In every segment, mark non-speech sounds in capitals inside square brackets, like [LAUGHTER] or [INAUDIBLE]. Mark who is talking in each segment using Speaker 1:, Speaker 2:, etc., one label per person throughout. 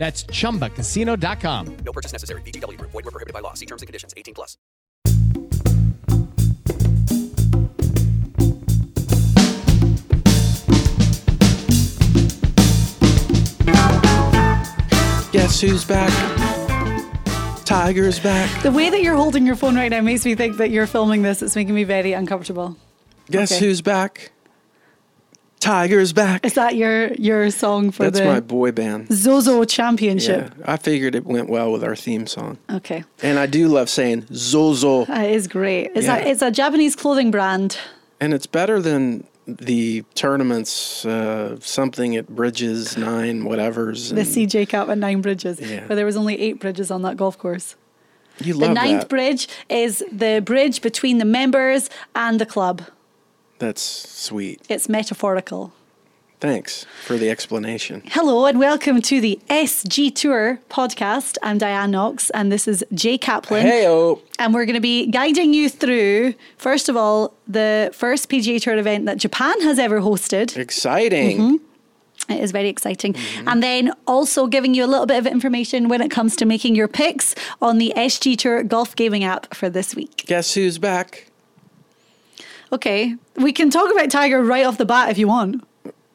Speaker 1: That's ChumbaCasino.com.
Speaker 2: No purchase necessary. BGW. Void were prohibited by law. See terms and conditions. 18 plus.
Speaker 3: Guess who's back? Tiger's back.
Speaker 4: The way that you're holding your phone right now makes me think that you're filming this. It's making me very uncomfortable.
Speaker 3: Guess
Speaker 4: Okay.
Speaker 3: who's back? Tiger's back.
Speaker 4: Is that your your song for
Speaker 3: That's
Speaker 4: the
Speaker 3: my boy band.
Speaker 4: Zozo Championship?
Speaker 3: I figured it went well with our theme song.
Speaker 4: Okay,
Speaker 3: And I do love saying Zozo.
Speaker 4: that is great. It's
Speaker 3: Yeah.
Speaker 4: a it's a Japanese clothing brand.
Speaker 3: And it's better than the tournaments, uh, something at Bridges, nine, whatever's.
Speaker 4: The
Speaker 3: and
Speaker 4: CJ Cup at Nine Bridges,
Speaker 3: Mm. Yeah.
Speaker 4: where there was only eight bridges on that golf course.
Speaker 3: You
Speaker 4: The
Speaker 3: love
Speaker 4: ninth
Speaker 3: that.
Speaker 4: bridge is the bridge between the members and the club.
Speaker 3: That's sweet.
Speaker 4: It's metaphorical.
Speaker 3: Thanks for the explanation.
Speaker 4: Hello and welcome to the SG Tour podcast. I'm Diane Knox and this is Jay Kaplan.
Speaker 3: Hey, oh.
Speaker 4: And we're going to be guiding you through, first of all, the first PGA Tour event that Japan has ever hosted.
Speaker 3: Exciting.
Speaker 4: Mm-hmm. It is very exciting. And then also giving you a little bit of information when it comes to making your picks on the SG Tour golf gaming app for this week.
Speaker 3: Guess who's back?
Speaker 4: Okay. We can talk about Tiger right off the bat if you want.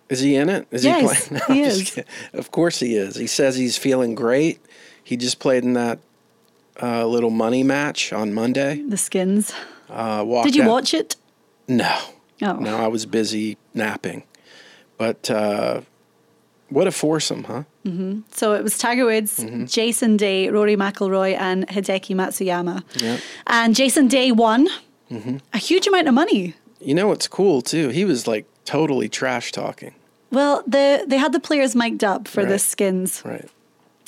Speaker 3: Is he in it? Is
Speaker 4: Yes,
Speaker 3: he playing? [LAUGHS]
Speaker 4: he
Speaker 3: I'm just
Speaker 4: is.
Speaker 3: kidding. Of course he is. He says he's feeling great. He just played in that uh, little money match on Monday.
Speaker 4: The skins.
Speaker 3: Uh, walked
Speaker 4: Did you
Speaker 3: out-
Speaker 4: watch it?
Speaker 3: No.
Speaker 4: Oh.
Speaker 3: No, I was busy napping. But uh, what a foursome, huh?
Speaker 4: So it was Tiger Woods, Jason Day, Rory McIlroy, and Hideki Matsuyama. And Jason Day won a huge amount of money.
Speaker 3: You know what's cool too? He was like totally trash talking.
Speaker 4: Well, the they had the players mic'd up for the
Speaker 3: Right.
Speaker 4: skins,
Speaker 3: Right.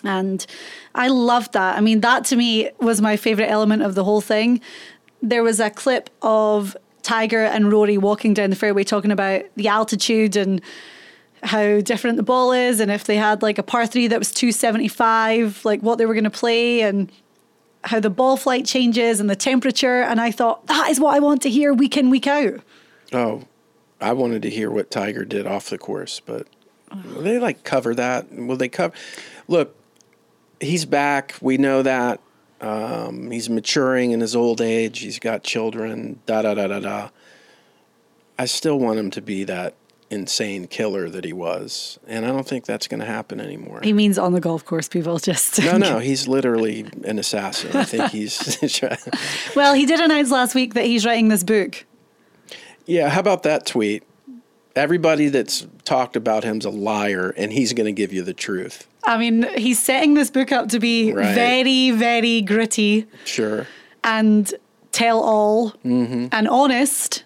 Speaker 4: and I loved that. I mean, that to me was my favorite element of the whole thing. There was a clip of Tiger and Rory walking down the fairway talking about the altitude and how different the ball is, and if they had like a par three that was two seventy five, like what they were going to play, and how the ball flight changes and the temperature. And I thought that is what I want to hear week in week out.
Speaker 3: Oh, I wanted to hear what Tiger did off the course, but will they like cover that. Will they cover? Look, he's back. We know that. Um, he's maturing in his old age. He's got children. Da da da da da. I still want him to be that insane killer that he was, and I don't think that's going to happen anymore.
Speaker 4: He means on the golf course, people [LAUGHS] just
Speaker 3: no, no, he's literally an assassin. I think he's. [LAUGHS]
Speaker 4: Well, he did announce last week that he's writing this book.
Speaker 3: Yeah, how about that tweet? Everybody that's talked about him's a liar, and he's going to give you the truth.
Speaker 4: I mean, he's setting this book up to be
Speaker 3: Right.
Speaker 4: very, very gritty
Speaker 3: Sure.
Speaker 4: and tell all
Speaker 3: Mm-hmm.
Speaker 4: and honest.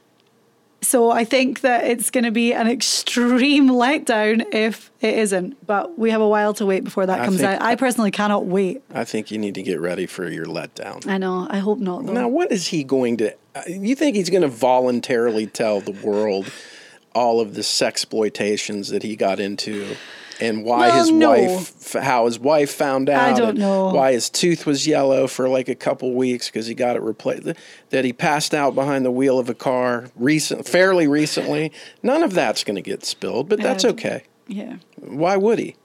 Speaker 4: So I think that it's going to be an extreme [LAUGHS] letdown if it isn't. But we have a while to wait before that
Speaker 3: I
Speaker 4: comes
Speaker 3: think-
Speaker 4: out. I personally cannot wait.
Speaker 3: I think you need to get ready for your letdown.
Speaker 4: I know. I hope not, though.
Speaker 3: Now, what is he going to? uh, You think he's going to voluntarily tell the world all of the sexploitations that he got into and why
Speaker 4: Well,
Speaker 3: his
Speaker 4: no.
Speaker 3: wife, f- how his wife found out.
Speaker 4: don't
Speaker 3: and
Speaker 4: know.
Speaker 3: why his tooth was yellow for like a couple weeks because he got it replaced. That he passed out behind the wheel of a car recent, fairly recently. None of that's going to get spilled, but that's
Speaker 4: Um,
Speaker 3: okay.
Speaker 4: Yeah.
Speaker 3: Why would he?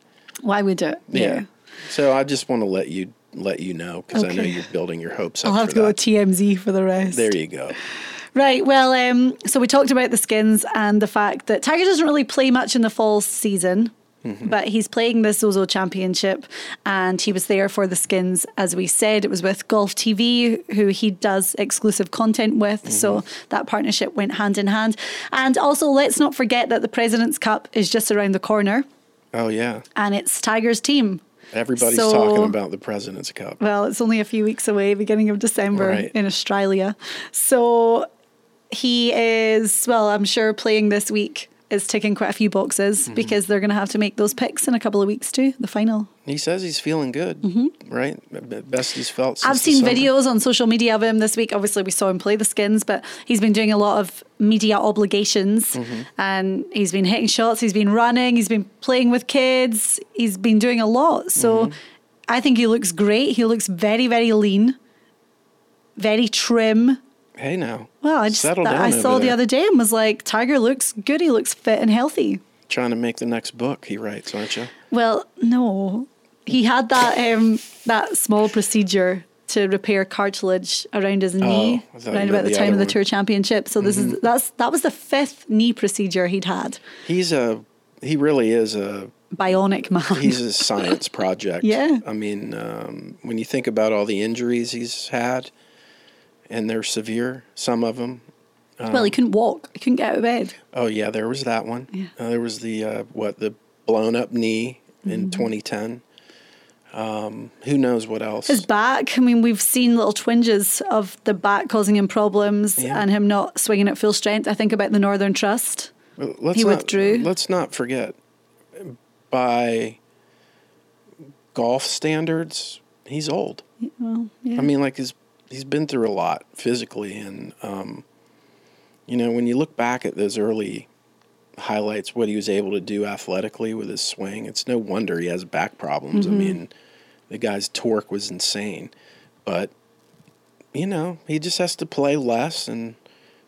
Speaker 4: Why would it?
Speaker 3: So I just want to let you let you know because I know
Speaker 4: Okay.
Speaker 3: you're building your hopes up.
Speaker 4: I'll have
Speaker 3: for
Speaker 4: to go
Speaker 3: that.
Speaker 4: TMZ for the rest.
Speaker 3: there you go.
Speaker 4: Right. Well, um, so we talked about the skins and the fact that Tiger doesn't really play much in the fall season, but he's playing the Zozo Championship and he was there for the skins. As we said, it was with Golf TV, who he does exclusive content with. So that partnership went hand in hand. And also, let's not forget that the President's Cup is just around the corner
Speaker 3: Oh yeah,
Speaker 4: and it's Tiger's team.
Speaker 3: everybody's
Speaker 4: So-
Speaker 3: talking about the President's Cup.
Speaker 4: Well, it's only a few weeks away, beginning of December
Speaker 3: Right.
Speaker 4: in Australia. So he is, well, I'm sure playing this week is ticking quite a few boxes because they're going to have to make those picks in a couple of weeks too, the final.
Speaker 3: He says he's feeling good, right? B- Best he's felt. Since
Speaker 4: Mm-hmm. I've
Speaker 3: the
Speaker 4: seen
Speaker 3: summer.
Speaker 4: videos on social media of him this week. Obviously, we saw him play the skins, but he's been doing a lot of media obligations
Speaker 3: Mm-hmm.
Speaker 4: and he's been hitting shots, he's been running, he's been playing with kids, he's been doing a lot.
Speaker 3: Mm-hmm.
Speaker 4: So I think he looks great. He looks very, very lean, very trim.
Speaker 3: Hey now,
Speaker 4: Well, I just
Speaker 3: settle
Speaker 4: that
Speaker 3: down.
Speaker 4: I
Speaker 3: over
Speaker 4: saw the
Speaker 3: there.
Speaker 4: other day and was like, Tiger looks good. He looks fit and healthy.
Speaker 3: trying to make the next book he writes, aren't you?
Speaker 4: Well, no, he had that um, that small procedure to repair cartilage around his knee
Speaker 3: I thought you
Speaker 4: around
Speaker 3: meant
Speaker 4: about the,
Speaker 3: Oh, the
Speaker 4: time
Speaker 3: other
Speaker 4: of the
Speaker 3: one. Mm-hmm.
Speaker 4: Tour Championship. So this is that's that was the fifth knee procedure he'd had.
Speaker 3: He's a he really is a
Speaker 4: Bionic man.
Speaker 3: he's a science project.
Speaker 4: [LAUGHS] Yeah.
Speaker 3: I mean, um, when you think about all the injuries he's had, and they're severe, some of them.
Speaker 4: well,
Speaker 3: uh,
Speaker 4: he couldn't walk. He couldn't get out of bed.
Speaker 3: Oh yeah, there was that one. Uh, there was the uh, what the blown up knee in 2010. Um, who knows what else?
Speaker 4: His back. I mean, we've seen little twinges of the back causing him problems
Speaker 3: Yeah.
Speaker 4: and him not swinging at full strength. I think about the Northern Trust.
Speaker 3: Well, let's
Speaker 4: He
Speaker 3: not,
Speaker 4: withdrew.
Speaker 3: Let's not forget, by golf standards, he's old. I mean, like he's he's been through a lot physically, and um, you know, when you look back at those early highlights, what he was able to do athletically with his swing, it's no wonder he has back problems.
Speaker 4: Mm-hmm.
Speaker 3: I mean, the guy's torque was insane, but you know, he just has to play less and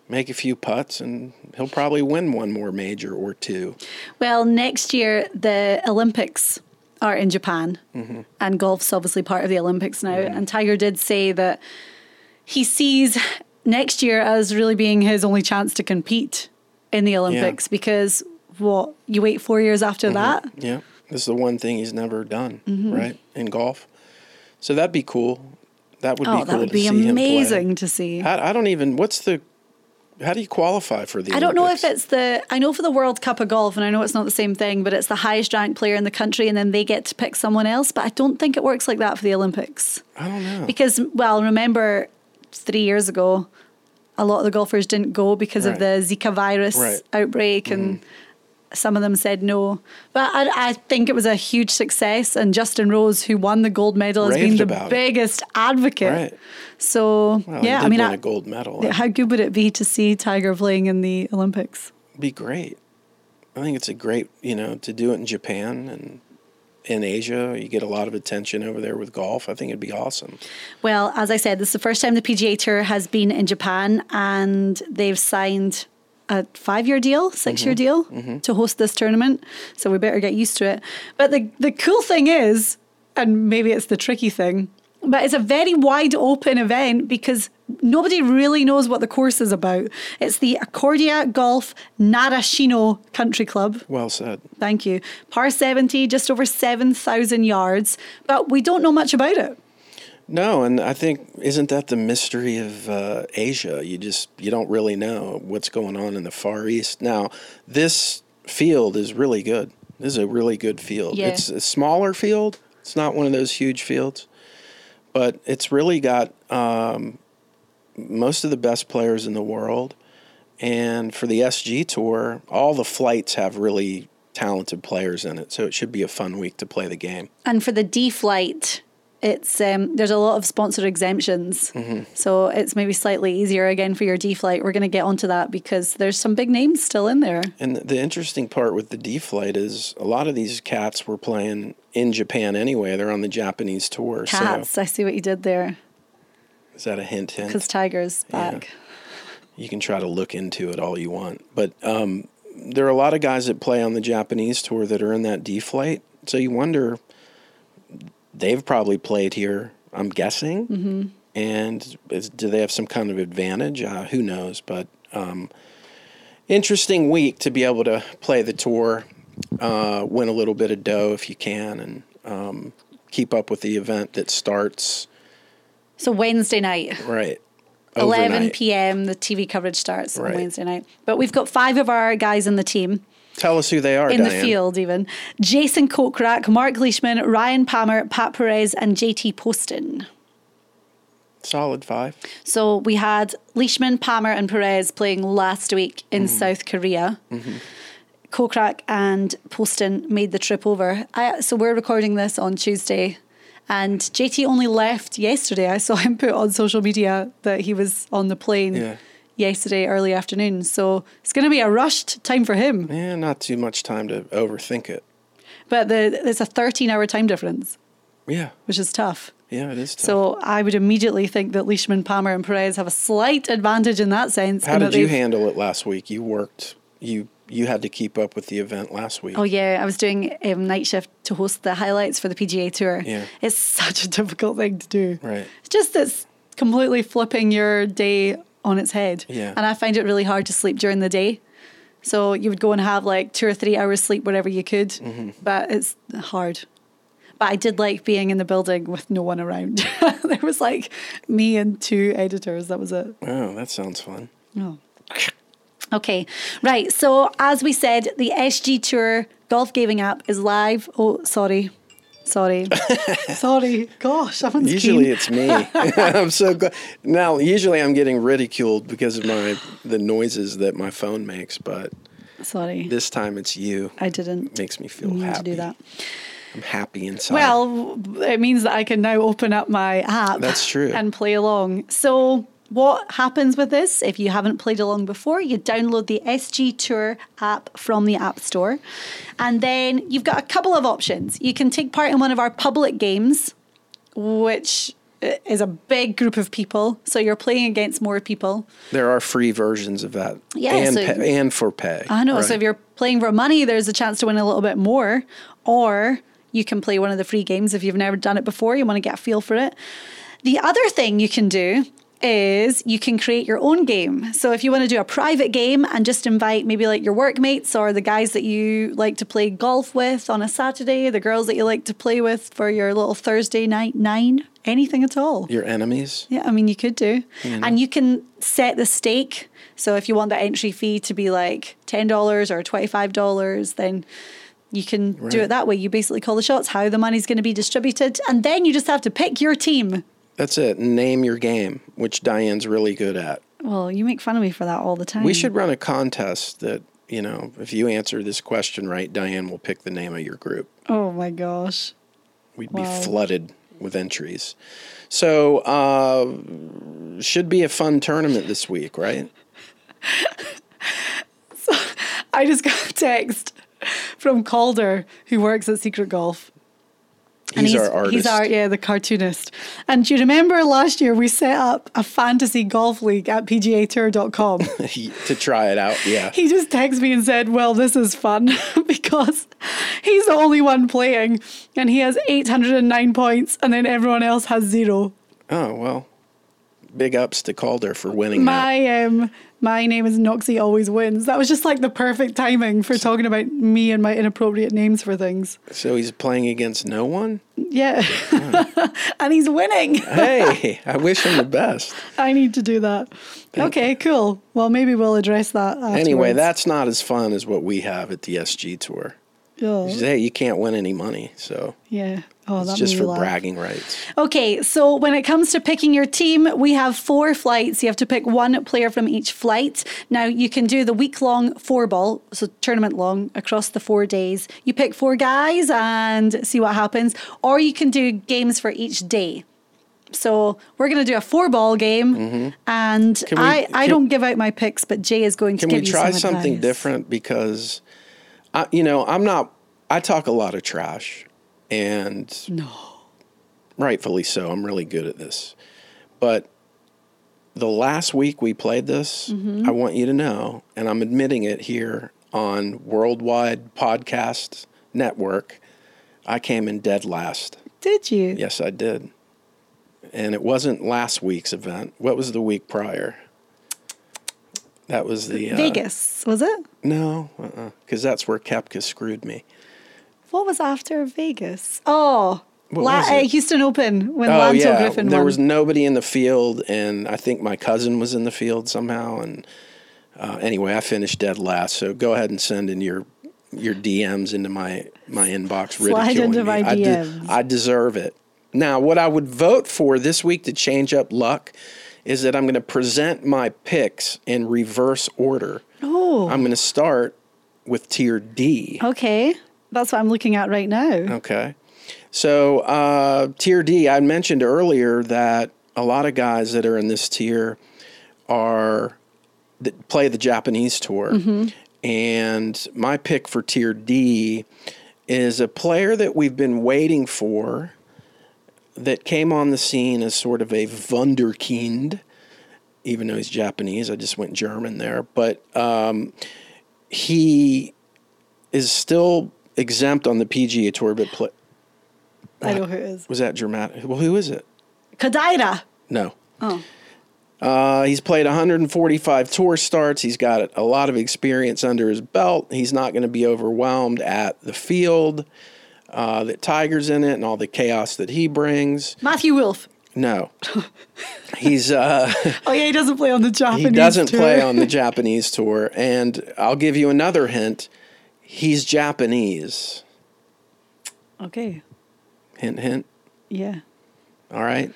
Speaker 3: make a few putts, and he'll probably win one more major or two.
Speaker 4: Well, next year the Olympics are in Japan,
Speaker 3: Mm-hmm.
Speaker 4: and golf's obviously part of the Olympics now. And Tiger did say that he sees next year as really being his only chance to compete in the Olympics because what you wait four years after
Speaker 3: Mm-hmm.
Speaker 4: that.
Speaker 3: Yeah, this is the one thing he's never done,
Speaker 4: Mm-hmm.
Speaker 3: right, in golf. So that'd be cool. That would
Speaker 4: Oh,
Speaker 3: be cool
Speaker 4: that would
Speaker 3: to
Speaker 4: be
Speaker 3: see
Speaker 4: amazing
Speaker 3: Him
Speaker 4: to see.
Speaker 3: play. I, I don't even. What's the? How do you qualify for the?
Speaker 4: I don't know if
Speaker 3: Olympics?
Speaker 4: it's the. I know for the World Cup of golf, and I know it's not the same thing, but it's the highest ranked player in the country, and then they get to pick someone else. But I don't think it works like that for the Olympics.
Speaker 3: I don't know.
Speaker 4: Because, well, remember three years ago, a lot of the golfers didn't go because of
Speaker 3: Right.
Speaker 4: the Zika virus
Speaker 3: Right. Mm-hmm.
Speaker 4: outbreak, and some of them said no. But I, I think it was a huge success, and Justin Rose, who won the gold medal, has been
Speaker 3: Raved
Speaker 4: the
Speaker 3: about it.
Speaker 4: biggest advocate.
Speaker 3: Right.
Speaker 4: So,
Speaker 3: Well,
Speaker 4: yeah,
Speaker 3: he did
Speaker 4: I mean,
Speaker 3: win
Speaker 4: I-
Speaker 3: a gold medal.
Speaker 4: how
Speaker 3: That'd
Speaker 4: good would it be to see Tiger playing in the Olympics?
Speaker 3: be great. I think it's a great, you know, to do it in Japan and in Asia. You get a lot of attention over there with golf. I think it'd be awesome.
Speaker 4: Well, as I said, this is the first time the PGA Tour has been in Japan, and they've signed a five-year deal, six-year deal to host this tournament. So we better get used to it. But the the cool thing is, and maybe it's the tricky thing, but it's a very wide open event because nobody really knows what the course is about. It's the Accordia Golf Narashino Country Club.
Speaker 3: Well said.
Speaker 4: Thank you. Par 70, just over 7,000 yards, but we don't know much about it.
Speaker 3: No, and I think isn't that the mystery of uh, Asia? You just you don't really know what's going on in the Far East. Now, this field is really good. This is a really good field.
Speaker 4: Yeah.
Speaker 3: It's a smaller field. It's not one of those huge fields, but it's really got um, most of the best players in the world. And for the SG tour, all the flights have really talented players in it. So it should be a fun week to play the game.
Speaker 4: And for the D flight, it's um, there's a lot of sponsor exemptions, so it's maybe slightly easier again for your D flight. We're going to get onto that because there's some big names still in there.
Speaker 3: And the interesting part with the D flight is a lot of these cats were playing in Japan anyway. They're on the Japanese tour.
Speaker 4: Cats, I see what you did there
Speaker 3: So is that a hint? Hint.
Speaker 4: because Tiger's back.
Speaker 3: you can try to look into it all you want. But um, there are a lot of guys that play on the Japanese tour that are in that D flight. So you wonder, they've probably played here, I'm guessing. Mm-hmm. And is, do they have some kind of advantage? Uh, who knows? But um, interesting week to be able to play the tour, uh, win a little bit of dough if you can, and um, keep up with the event that starts
Speaker 4: So Wednesday night.
Speaker 3: right.
Speaker 4: 11
Speaker 3: overnight.
Speaker 4: p.m. The TV coverage starts
Speaker 3: Right.
Speaker 4: on Wednesday night. But we've got five of our guys in the team,
Speaker 3: Tell us who they are
Speaker 4: in the
Speaker 3: Diane.
Speaker 4: field even. Jason Kokrak, Mark Leishman, Ryan Palmer, Pat Perez, and JT Poston.
Speaker 3: Solid five.
Speaker 4: So we had Leishman, Palmer, and Perez playing last week in
Speaker 3: Mm-hmm.
Speaker 4: South Korea. Kokrak and Poston made the trip over. I, so we're recording this on Tuesday. And JT only left yesterday. I saw [LAUGHS] him put on social media that he was on the plane
Speaker 3: Yeah.
Speaker 4: yesterday, early afternoon. So it's going to be a rushed time for him.
Speaker 3: Yeah, not too much time to overthink it.
Speaker 4: But the, there's a 13 hour time difference,
Speaker 3: Yeah,
Speaker 4: which is tough.
Speaker 3: yeah, it is. Tough.
Speaker 4: So I would immediately think that Leishman, Palmer, and Perez have a slight advantage in that sense.
Speaker 3: how
Speaker 4: and
Speaker 3: did
Speaker 4: that
Speaker 3: you
Speaker 4: they've-
Speaker 3: handle it last week? You worked. You you had to keep up with the event last week.
Speaker 4: Oh yeah, I was doing um, night shift to host the highlights for the PGA Tour.
Speaker 3: Yeah.
Speaker 4: It's such a difficult thing to do.
Speaker 3: Right.
Speaker 4: It's just it's completely flipping your day on its head.
Speaker 3: Yeah.
Speaker 4: And I find it really hard to sleep during the day. So you would go and have like two or three hours sleep whenever you could,
Speaker 3: Mm-hmm.
Speaker 4: but it's hard. But I did like being in the building with no one around. [LAUGHS] there was like me and two editors. That was it.
Speaker 3: Oh, that sounds fun.
Speaker 4: Okay, right. So as we said, the SG Tour golf gaming app is live. Oh, sorry, sorry,
Speaker 3: [LAUGHS]
Speaker 4: sorry. Gosh, someone's
Speaker 3: Usually
Speaker 4: keen.
Speaker 3: it's
Speaker 4: [LAUGHS]
Speaker 3: me. [LAUGHS] I'm so glad. Now, usually I'm getting ridiculed because of my the noises that my phone makes, but
Speaker 4: sorry.
Speaker 3: this time it's you.
Speaker 4: I didn't
Speaker 3: makes me feel
Speaker 4: mean
Speaker 3: happy.
Speaker 4: to do that.
Speaker 3: I'm happy inside.
Speaker 4: Well, it means that I can now open up my app.
Speaker 3: That's true.
Speaker 4: And play along. So. What happens with this? If you haven't played along before, you download the SG Tour app from the App Store. And then you've got a couple of options. You can take part in one of our public games, which is a big group of people. So you're playing against more people.
Speaker 3: there are free versions of that.
Speaker 4: Yeah,
Speaker 3: and
Speaker 4: so-
Speaker 3: pa- and for pay.
Speaker 4: I know. So
Speaker 3: right?
Speaker 4: if you're playing for money, there's a chance to win a little bit more, or you can play one of the free games if you've never done it before. You want to get a feel for it. The other thing you can do is you can create your own game. So if you want to do a private game and just invite maybe like your workmates or the guys that you like to play golf with on a Saturday, the girls that you like to play with for your little Thursday night nine, anything at all.
Speaker 3: your enemies.
Speaker 4: Yeah, I mean, you could do. And you can set the stake. So if you want the entry fee to be like $10 or $25, then you can do it that way. You basically call the shots, how the money's going to be distributed. And then you just have to pick your team.
Speaker 3: That's it. Name your game, which Diane's really good at.
Speaker 4: Well, you make fun of me for that all the time.
Speaker 3: We should run a contest that, you know, if you answer this question right, Diane will pick the name of your group.
Speaker 4: Oh my gosh.
Speaker 3: We'd be flooded with entries. So, uh, should be a fun tournament this week, right? [LAUGHS]
Speaker 4: I just got a text from Calder, who works at Secret Golf.
Speaker 3: He's our artist.
Speaker 4: He's our yeah, the cartoonist. And do you remember last year we set up a fantasy golf league
Speaker 3: [LAUGHS]
Speaker 4: at pgatour.com?
Speaker 3: He- to try it out. Yeah.
Speaker 4: he just texted me and said, Well, this is fun [LAUGHS] because he's the only one playing and he has 809 points and then everyone else has zero.
Speaker 3: Oh, well, big ups to Calder for winning that.
Speaker 4: My um, my name is Noxie Always Wins. That was just like the perfect timing for talking about me and my inappropriate names for things.
Speaker 3: So he's playing against no one?
Speaker 4: Yeah.
Speaker 3: Hmm.
Speaker 4: [LAUGHS] and he's winning.
Speaker 3: Hey, [LAUGHS] I wish him the best.
Speaker 4: I need to do that. Okay, cool. Well, maybe we'll address that afterwards.
Speaker 3: Anyway, that's not as fun as what we have at the SG Tour.
Speaker 4: Oh,
Speaker 3: Hey, you can't win any money, so
Speaker 4: yeah. Oh,
Speaker 3: It's
Speaker 4: that
Speaker 3: just
Speaker 4: made
Speaker 3: for
Speaker 4: me laugh.
Speaker 3: bragging rights.
Speaker 4: Okay, so when it comes to picking your team, we have four flights. You have to pick one player from each flight. Now, you can do the week long four ball, so tournament long across the four days. You pick four guys and see what happens, or you can do games for each day. So we're going to do a four ball game, and
Speaker 3: we-
Speaker 4: I, I
Speaker 3: Mm-hmm. can-
Speaker 4: don't give out my picks, but Jay is going to
Speaker 3: Can
Speaker 4: give
Speaker 3: we
Speaker 4: you
Speaker 3: try
Speaker 4: some
Speaker 3: something
Speaker 4: advice.
Speaker 3: different? Because, I, you know, I'm not. I talk a lot of trash, and no, rightfully so. I'm really good at this, but the last week we played this,
Speaker 4: Mm-hmm.
Speaker 3: I want you to know, and I'm admitting it here on Worldwide Podcast Network. I came in dead last.
Speaker 4: Did you?
Speaker 3: Yes, I did. And it wasn't last week's event. What was the week prior? That was the uh,
Speaker 4: Vegas, was it?
Speaker 3: No, because that's where Kepka screwed me.
Speaker 4: What was after Vegas? Oh,
Speaker 3: What
Speaker 4: La-
Speaker 3: was
Speaker 4: uh,
Speaker 3: it?
Speaker 4: Houston Open when
Speaker 3: oh
Speaker 4: Lanto
Speaker 3: yeah,
Speaker 4: Griffin
Speaker 3: there
Speaker 4: won.
Speaker 3: was nobody in the field, and I think my cousin was in the field somehow. And uh, anyway, I finished dead last. So go ahead and send in your your DMs into my my inbox.
Speaker 4: Slide
Speaker 3: ridiculing
Speaker 4: into
Speaker 3: me.
Speaker 4: my
Speaker 3: I, de-
Speaker 4: DMs.
Speaker 3: I deserve it. Now, what I would vote for this week to change up luck is that I'm going to present my picks in reverse order. Oh. I'm going to start with tier D.
Speaker 4: Okay, that's what I'm looking at right now.
Speaker 3: Okay. So, uh, tier D, I mentioned earlier that a lot of guys that are in this tier are that play the Japanese tour. And my pick for tier D is a player that we've been waiting for that came on the scene as sort of a Wunderkind, even though he's Japanese. I just went German there. But um, he is still exempt on the PGA Tour, but pla
Speaker 4: I know who it is.
Speaker 3: was that dramatic? Well, who is it?
Speaker 4: Kadaira.
Speaker 3: No. Oh. Uh, he's played 145 tour starts. He's got a lot of experience under his belt. He's not going to be overwhelmed at the field uh, that Tiger's in it and all the chaos that he brings.
Speaker 4: Matthew Wolf. [LAUGHS]
Speaker 3: No. he's. Uh,
Speaker 4: Oh yeah, he doesn't play on the Japanese.
Speaker 3: he doesn't
Speaker 4: tour.
Speaker 3: play on the Japanese tour. And I'll give you another hint. He's Japanese.
Speaker 4: Okay.
Speaker 3: Hint, hint.
Speaker 4: Yeah.
Speaker 3: All right.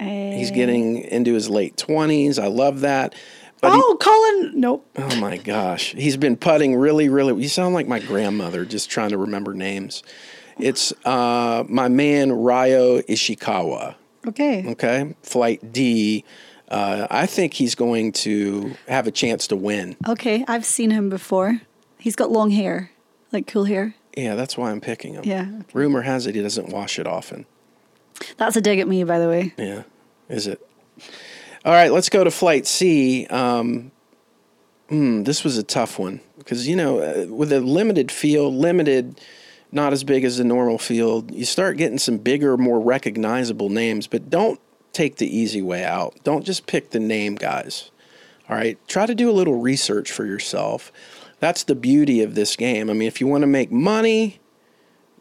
Speaker 3: He's
Speaker 4: Uh,
Speaker 3: getting into his late 20s. I love that. But he-
Speaker 4: Oh, Colin. Nope.
Speaker 3: Oh my gosh. He's been putting really, really. You sound like my grandmother just trying to remember names. It's uh, my man, Ryo Ishikawa.
Speaker 4: Okay.
Speaker 3: Okay. Flight D. Uh, I think he's going to have a chance to win.
Speaker 4: Okay. I've seen him before. He's got long hair, like cool hair.
Speaker 3: Yeah, that's why I'm picking him.
Speaker 4: Yeah, okay.
Speaker 3: Rumor has it he doesn't wash it often.
Speaker 4: That's a dig at me, by the way.
Speaker 3: Yeah. Is it? All right, let's go to flight C. Um, hmm, this was a tough one because, you know, uh, with a limited field, limited, not as big as the normal field, you start getting some bigger, more recognizable names, but don't take the easy way out. Don't just pick the name guys. All right, try to do a little research for yourself. That's the beauty of this game. I mean, if you want to make money,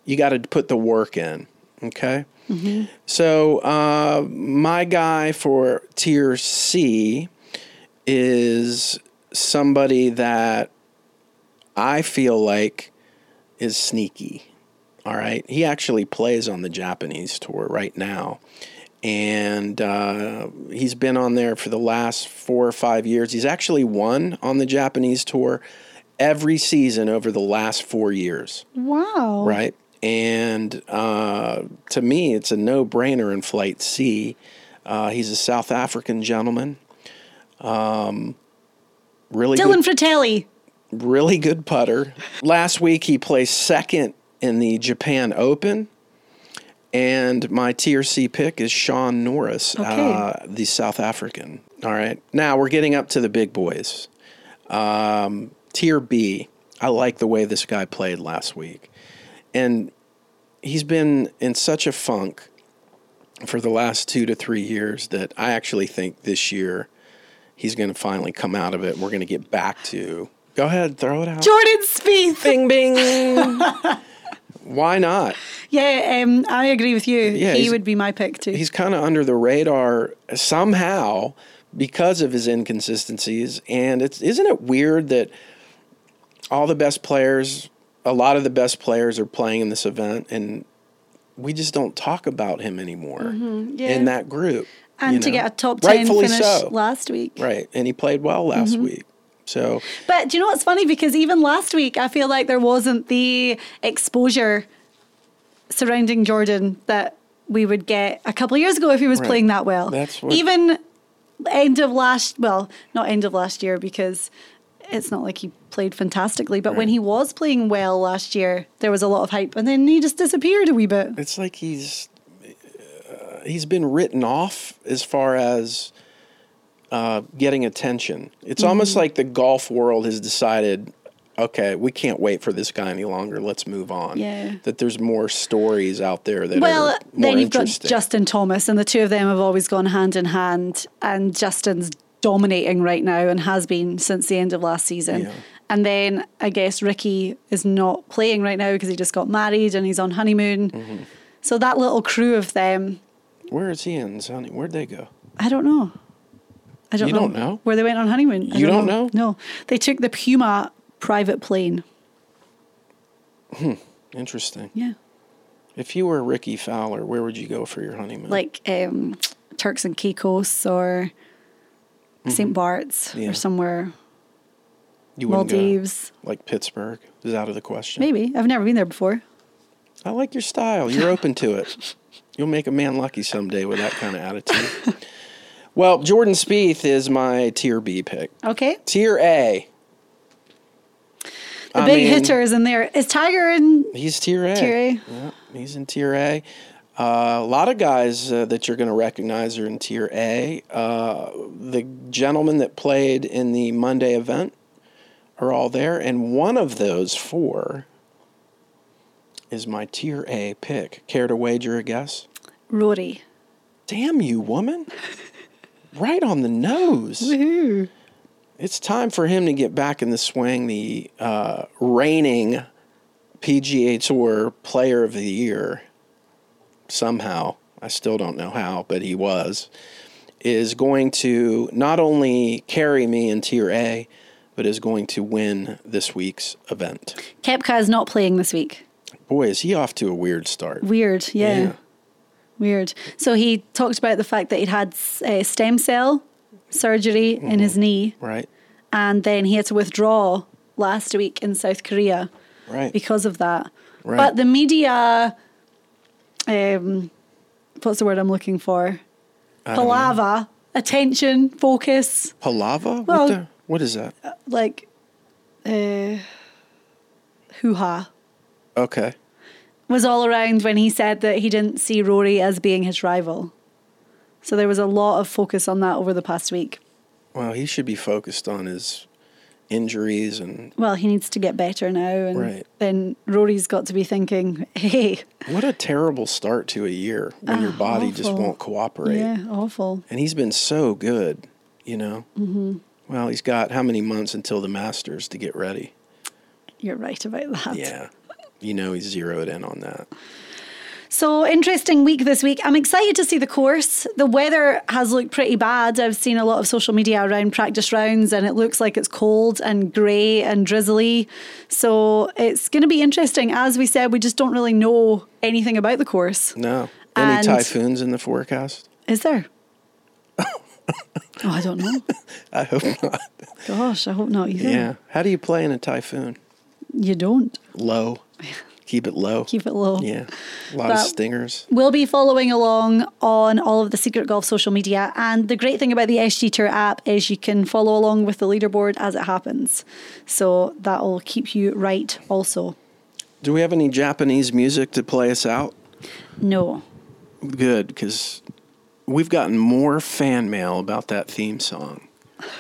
Speaker 3: you got to put the work in. Okay. So uh, my guy for tier C is somebody that I feel like is sneaky. All right, he actually plays on the Japanese tour right now, and uh, he's been on there for the last four or five years. He's actually won on the Japanese tour every season over the last four years
Speaker 4: Wow.
Speaker 3: right? And uh, to me, it's a no brainer in flight C. Uh, he's a South African gentleman. Um, really,
Speaker 4: Dylan
Speaker 3: good,
Speaker 4: Fratelli.
Speaker 3: really good putter. Last week, he placed second in the Japan Open. And my TRC pick is Sean Norris, uh,
Speaker 4: Okay.
Speaker 3: the South African. All right. Now we're getting up to the big boys. Um, tier B. I like the way this guy played last week. And he's been in such a funk for the last two to three years that I actually think this year he's going to finally come out of it. and We're going to get back to. Go ahead, throw it out.
Speaker 4: Jordan Spieth.
Speaker 3: Bing, bing. Why not?
Speaker 4: Yeah, um, I agree with you.
Speaker 3: Yeah,
Speaker 4: he
Speaker 3: he's-
Speaker 4: would be my pick too.
Speaker 3: He's kind of under the radar somehow because of his inconsistencies. And it's isn't it weird that all the best players, a lot of the best players, are playing in this event, and we just don't talk about him anymore in that group.
Speaker 4: Mm-hmm. and
Speaker 3: you
Speaker 4: to
Speaker 3: know?
Speaker 4: get a top 10
Speaker 3: Rightfully
Speaker 4: finish
Speaker 3: so.
Speaker 4: last Mm-hmm. week.
Speaker 3: Right. And he played well last week. So
Speaker 4: But do you know what's funny? Because even last week, I feel like there wasn't the exposure surrounding Jordan that we would get a couple of years ago if he was
Speaker 3: Right.
Speaker 4: playing that well.
Speaker 3: That's what-
Speaker 4: even end of last, well, not end of last year because it's not like he played fantastically. But when he was playing well last year, there was a lot of hype, and then he just disappeared a wee bit.
Speaker 3: it's like he's uh, he's been written off as far as uh, getting attention. It's
Speaker 4: Mm-hmm.
Speaker 3: almost like the golf world has decided, okay, we can't wait for this guy any longer. Let's move on.
Speaker 4: Yeah.
Speaker 3: That there's more stories out there that are
Speaker 4: Well,
Speaker 3: more
Speaker 4: then you've got
Speaker 3: interesting.
Speaker 4: Justin Thomas, and the two of them have always gone hand in hand. And Justin's dominating right now and has been since the end of last season.
Speaker 3: Yeah.
Speaker 4: And then I guess Ricky is not playing right now because he just got married and he's on honeymoon.
Speaker 3: Mm-hmm.
Speaker 4: So that little crew of them,
Speaker 3: Where is he in, Sonny? Where'd they go?
Speaker 4: I don't know. I don't
Speaker 3: You
Speaker 4: know,
Speaker 3: don't know?
Speaker 4: where they went on honeymoon. I
Speaker 3: You don't know?
Speaker 4: No, they took the Puma private plane.
Speaker 3: Interesting.
Speaker 4: Yeah,
Speaker 3: If you were Ricky Fowler, where would you go for your honeymoon?
Speaker 4: like um, Turks and Caicos or St Bart's
Speaker 3: Mm-hmm. Yeah.
Speaker 4: or somewhere
Speaker 3: you wouldn't go
Speaker 4: Maldives.
Speaker 3: like Pittsburgh is out of the question.
Speaker 4: Maybe. I've never been there before.
Speaker 3: I like your style. You're open to it. You'll make a man lucky someday with that kind of attitude. well, Jordan Spieth is my tier B pick.
Speaker 4: Okay.
Speaker 3: Tier A.
Speaker 4: The
Speaker 3: I
Speaker 4: big
Speaker 3: mean,
Speaker 4: hitter is in there. Is Tiger in
Speaker 3: He's tier A.
Speaker 4: Tier A?
Speaker 3: Yeah, he's in tier A. Uh, a lot of guys uh, that you're going to recognize are in tier A. Uh, the gentlemen that played in the Monday event are all there, and one of those four is my tier A pick. Care to wager a guess?
Speaker 4: Rory?
Speaker 3: Damn you, woman! right on the nose.
Speaker 4: Woohoo.
Speaker 3: It's time for him to get back in the swing. The uh, reigning PGA Tour Player of the Year, somehow, I still don't know how, but he was, is going to not only carry me in Tier A, but is going to win this week's event.
Speaker 4: Kepka is not playing this week.
Speaker 3: Boy, is he off to a weird start.
Speaker 4: Weird. Yeah.
Speaker 3: Yeah.
Speaker 4: Weird. So he talked about the fact that he'd had uh, stem cell surgery in
Speaker 3: Mm-hmm.
Speaker 4: his knee
Speaker 3: Right?
Speaker 4: and then he had to withdraw last week in South Korea.
Speaker 3: Right.
Speaker 4: because of that.
Speaker 3: Right.
Speaker 4: But the media, um, what's the word I'm looking for? Palava, attention, focus,
Speaker 3: Palava?
Speaker 4: Well-
Speaker 3: what, the, what is that?
Speaker 4: like uh, hoo ha
Speaker 3: Okay.
Speaker 4: was all around when he said that he didn't see Rory as being his rival. So there was a lot of focus on that over the past week.
Speaker 3: Well, he should be focused on his injuries and
Speaker 4: Well, he needs to get better now, and
Speaker 3: Right.
Speaker 4: then Rory's got to be thinking, "Hey,
Speaker 3: What a terrible start to a year when your
Speaker 4: Ah,
Speaker 3: body just
Speaker 4: awful.
Speaker 3: won't cooperate.
Speaker 4: yeah, awful."
Speaker 3: And he's been so good, you know? Mm-hmm. Well, he's got how many months until the Masters to get ready?
Speaker 4: You're right about that.
Speaker 3: Yeah. You know, he's zeroed in on that.
Speaker 4: So interesting week this week. I'm excited to see the course. The weather has looked pretty bad. I've seen a lot of social media around practice rounds and it looks like it's cold and grey and drizzly. So it's going to be interesting. As we said, we just don't really know anything about the course.
Speaker 3: No. Any
Speaker 4: And-
Speaker 3: typhoons in the forecast?
Speaker 4: Is there? oh, I don't know.
Speaker 3: I hope
Speaker 4: [LAUGHS]
Speaker 3: not.
Speaker 4: Gosh, I hope not either.
Speaker 3: Yeah. How do you play in a typhoon?
Speaker 4: You don't.
Speaker 3: Low. Keep it low.
Speaker 4: Keep it low.
Speaker 3: Yeah. A lot
Speaker 4: That-
Speaker 3: of stingers.
Speaker 4: We'll be following along on all of the Secret Golf social media. And the great thing about the SG Tour app is you can follow along with the leaderboard as it happens. So that'll keep you right also.
Speaker 3: Do we have any Japanese music to play us out?
Speaker 4: No.
Speaker 3: good because we've gotten more fan mail about that theme song,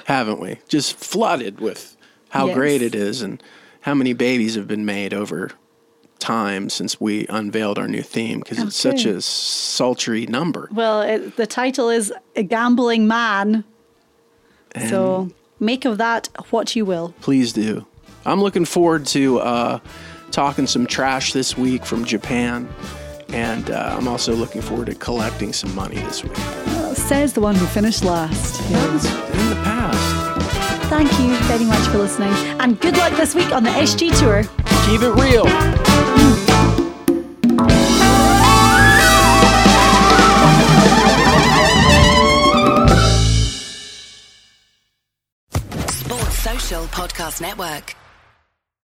Speaker 3: haven't we? Just flooded with how
Speaker 4: Yes.
Speaker 3: great it is and how many babies have been made over time since we unveiled our new theme because it's such
Speaker 4: Okay.
Speaker 3: a sultry number.
Speaker 4: Well, it, the title is A Gambling Man. So make of that what you will.
Speaker 3: Please do. I'm looking forward to uh, talking some trash this week from Japan. And uh, I'm also looking forward to collecting some money this week.
Speaker 4: Says the one who finished last.
Speaker 3: That's in the past.
Speaker 4: Thank you very much for listening. And good luck this week on the SG Tour.
Speaker 3: Keep it real.
Speaker 5: Thank you. Social Podcast Network.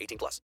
Speaker 2: 18 plus.